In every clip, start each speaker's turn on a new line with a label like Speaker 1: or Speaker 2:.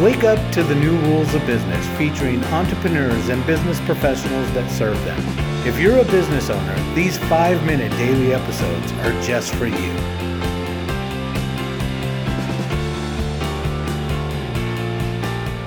Speaker 1: Wake up to the new rules of business featuring entrepreneurs and business professionals that serve them. If you're a business owner, these five minute daily episodes are just for you.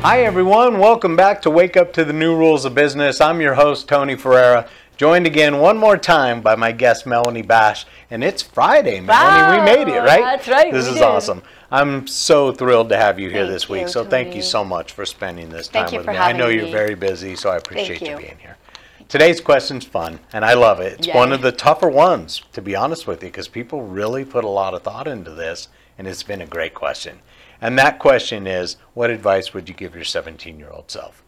Speaker 1: Hi, everyone. Welcome back to Wake Up to the New Rules of Business. I'm your host, Tony Ferreira, joined again one more time by my guest, Melanie Bash. And it's Friday, Melanie. we made it, right?
Speaker 2: that's right,
Speaker 1: This
Speaker 2: we
Speaker 1: is
Speaker 2: did.
Speaker 1: awesome. I'm so thrilled to have you here
Speaker 2: Thank
Speaker 1: this week.
Speaker 2: you,
Speaker 1: so thank you
Speaker 2: Tony.
Speaker 1: so much for spending this
Speaker 2: Thank
Speaker 1: time
Speaker 2: you
Speaker 1: with
Speaker 2: for
Speaker 1: me. I
Speaker 2: having
Speaker 1: know you're
Speaker 2: me.
Speaker 1: very busy, so I appreciate you.
Speaker 2: you.
Speaker 1: being here. Today's question's fun, and I love it. It's
Speaker 2: Yay.
Speaker 1: one of the tougher ones, to be honest with you, because people really put a lot of thought into this, and it's been a great question. And that question is, what advice would you give your 17-year-old self?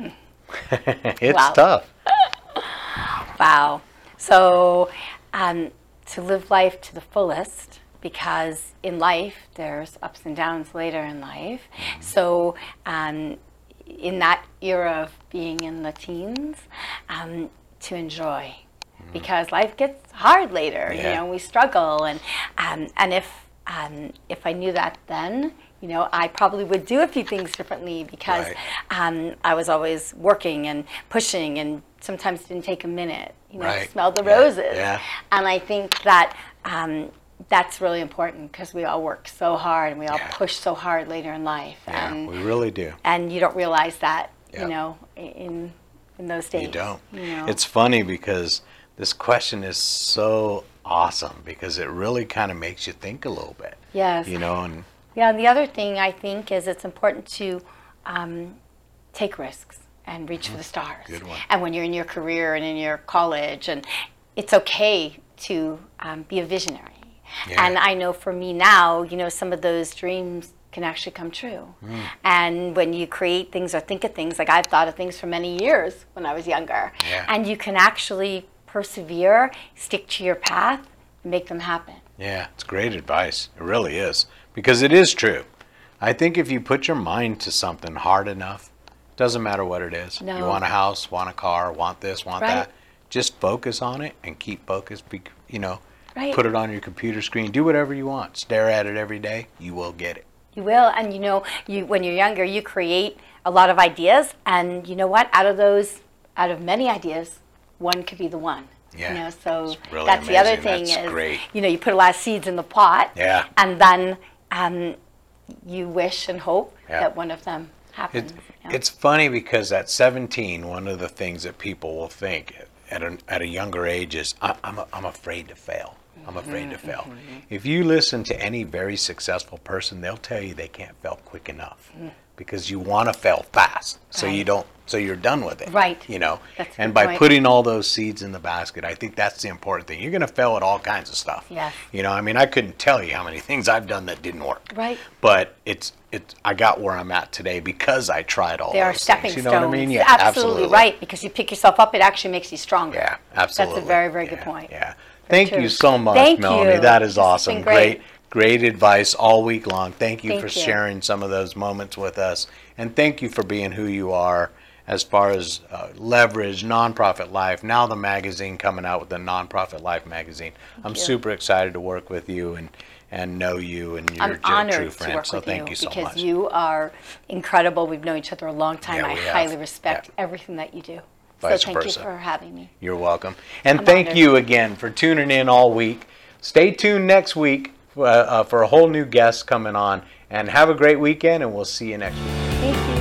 Speaker 1: it's
Speaker 2: Wow.
Speaker 1: tough.
Speaker 2: Wow. So, um, to live life to the fullest, because in life there's ups and downs later in life. So, um, in that era of being in the teens, um, to enjoy, because life gets hard later.
Speaker 1: Yeah.
Speaker 2: You know, we struggle, and um, and if um, if I knew that then, you know, I probably would do a few things differently because
Speaker 1: Right.
Speaker 2: um, I was always working and pushing and sometimes didn't take a minute, you know,
Speaker 1: Right.
Speaker 2: smell the
Speaker 1: Yeah.
Speaker 2: roses.
Speaker 1: Yeah.
Speaker 2: And I think that um, that's really important because we all work so hard and we all
Speaker 1: Yeah.
Speaker 2: push so hard later in life.
Speaker 1: Yeah,
Speaker 2: and,
Speaker 1: we really do.
Speaker 2: and you don't realize that,
Speaker 1: Yeah.
Speaker 2: you know, i- in, in those days.
Speaker 1: You don't.
Speaker 2: you know.
Speaker 1: It's funny because this question is so awesome because it really kind of makes you think a little bit.
Speaker 2: Yes.
Speaker 1: You know, and
Speaker 2: Yeah, and the other thing I think is it's important to um, take risks and reach for the stars.
Speaker 1: Mm-hmm. Good one.
Speaker 2: And when you're in your career and in your college, and it's okay to um, be a visionary.
Speaker 1: Yeah.
Speaker 2: And I know for me now, you know, some of those dreams can actually come true.
Speaker 1: Mm.
Speaker 2: And when you create things or think of things, like I've thought of things for many years when I was younger,
Speaker 1: Yeah.
Speaker 2: and you can actually persevere, stick to your path, and make them happen.
Speaker 1: Yeah, it's great advice. It really is. Because it is true. I think if you put your mind to something hard enough, doesn't matter what it is. You
Speaker 2: No.
Speaker 1: want a house, want a car, want this, want
Speaker 2: Right.
Speaker 1: that. Just focus on it and keep focused. Be, you know,
Speaker 2: Right.
Speaker 1: put it on your computer screen. Do whatever you want. Stare at it every day. You will get it.
Speaker 2: You will, and you know, you when you're younger, you create a lot of ideas, and you know what? Out of those, out of many ideas, one could be the one.
Speaker 1: Yeah.
Speaker 2: You know, so
Speaker 1: It's really
Speaker 2: that's the other
Speaker 1: amazing.
Speaker 2: thing
Speaker 1: That's
Speaker 2: is,
Speaker 1: great.
Speaker 2: you know, you put a lot of seeds in the pot.
Speaker 1: Yeah.
Speaker 2: And then um, you wish and hope
Speaker 1: Yeah.
Speaker 2: that one of them happens.
Speaker 1: It,
Speaker 2: you know.
Speaker 1: It's funny because at 17, one of the things that people will think at a, at a younger age is, I, I'm, a, I'm afraid to fail. I'm
Speaker 2: Mm-hmm,
Speaker 1: afraid to fail. If you listen to any very successful person, they'll tell you they can't fail quick enough because you want to fail fast, so you
Speaker 2: Mm. Right.
Speaker 1: don't, so you're done with it.
Speaker 2: Right.
Speaker 1: You know,
Speaker 2: That's a
Speaker 1: and
Speaker 2: good
Speaker 1: by
Speaker 2: point.
Speaker 1: putting all those seeds in the basket, I think that's the important thing. You're going to fail at all kinds of stuff.
Speaker 2: Yes.
Speaker 1: You know, I mean, I couldn't tell you how many things I've done that didn't work
Speaker 2: Right.
Speaker 1: but it's it's I got where I'm at today because I tried all.
Speaker 2: they are
Speaker 1: those
Speaker 2: stepping
Speaker 1: things, you know
Speaker 2: stones.
Speaker 1: What I mean? Yeah,
Speaker 2: absolutely, right, because you pick yourself up, it actually makes you stronger.
Speaker 1: Yeah, absolutely.
Speaker 2: That's a very, very good
Speaker 1: Yeah,
Speaker 2: point.
Speaker 1: Yeah. Thank you
Speaker 2: true.
Speaker 1: so much,
Speaker 2: Thank
Speaker 1: Melanie.
Speaker 2: you.
Speaker 1: That is
Speaker 2: This has
Speaker 1: awesome.
Speaker 2: been
Speaker 1: great.
Speaker 2: great.
Speaker 1: great, advice all week long. Thank you
Speaker 2: Thank
Speaker 1: for
Speaker 2: you.
Speaker 1: sharing some of those moments with us, and thank you for being who you are as far as uh, leverage, nonprofit life. Now the magazine coming out with the nonprofit life magazine. I'm
Speaker 2: you.
Speaker 1: super excited to work with you and and know you and you're
Speaker 2: I'm
Speaker 1: a
Speaker 2: honored
Speaker 1: true
Speaker 2: to
Speaker 1: friend.
Speaker 2: work
Speaker 1: so
Speaker 2: with
Speaker 1: thank
Speaker 2: you,
Speaker 1: you so
Speaker 2: because
Speaker 1: much.
Speaker 2: you are incredible. We've known each other a long time.
Speaker 1: Yeah,
Speaker 2: I
Speaker 1: we have.
Speaker 2: highly respect
Speaker 1: Yeah.
Speaker 2: everything that you do.
Speaker 1: Vice
Speaker 2: so thank
Speaker 1: versa.
Speaker 2: you for having me.
Speaker 1: You're welcome. And
Speaker 2: I'm
Speaker 1: thank
Speaker 2: honored.
Speaker 1: you again for tuning in all week. Stay tuned next week uh, uh, for a whole new guest coming on. And have a great weekend, and we'll see you next week.
Speaker 2: Thank you.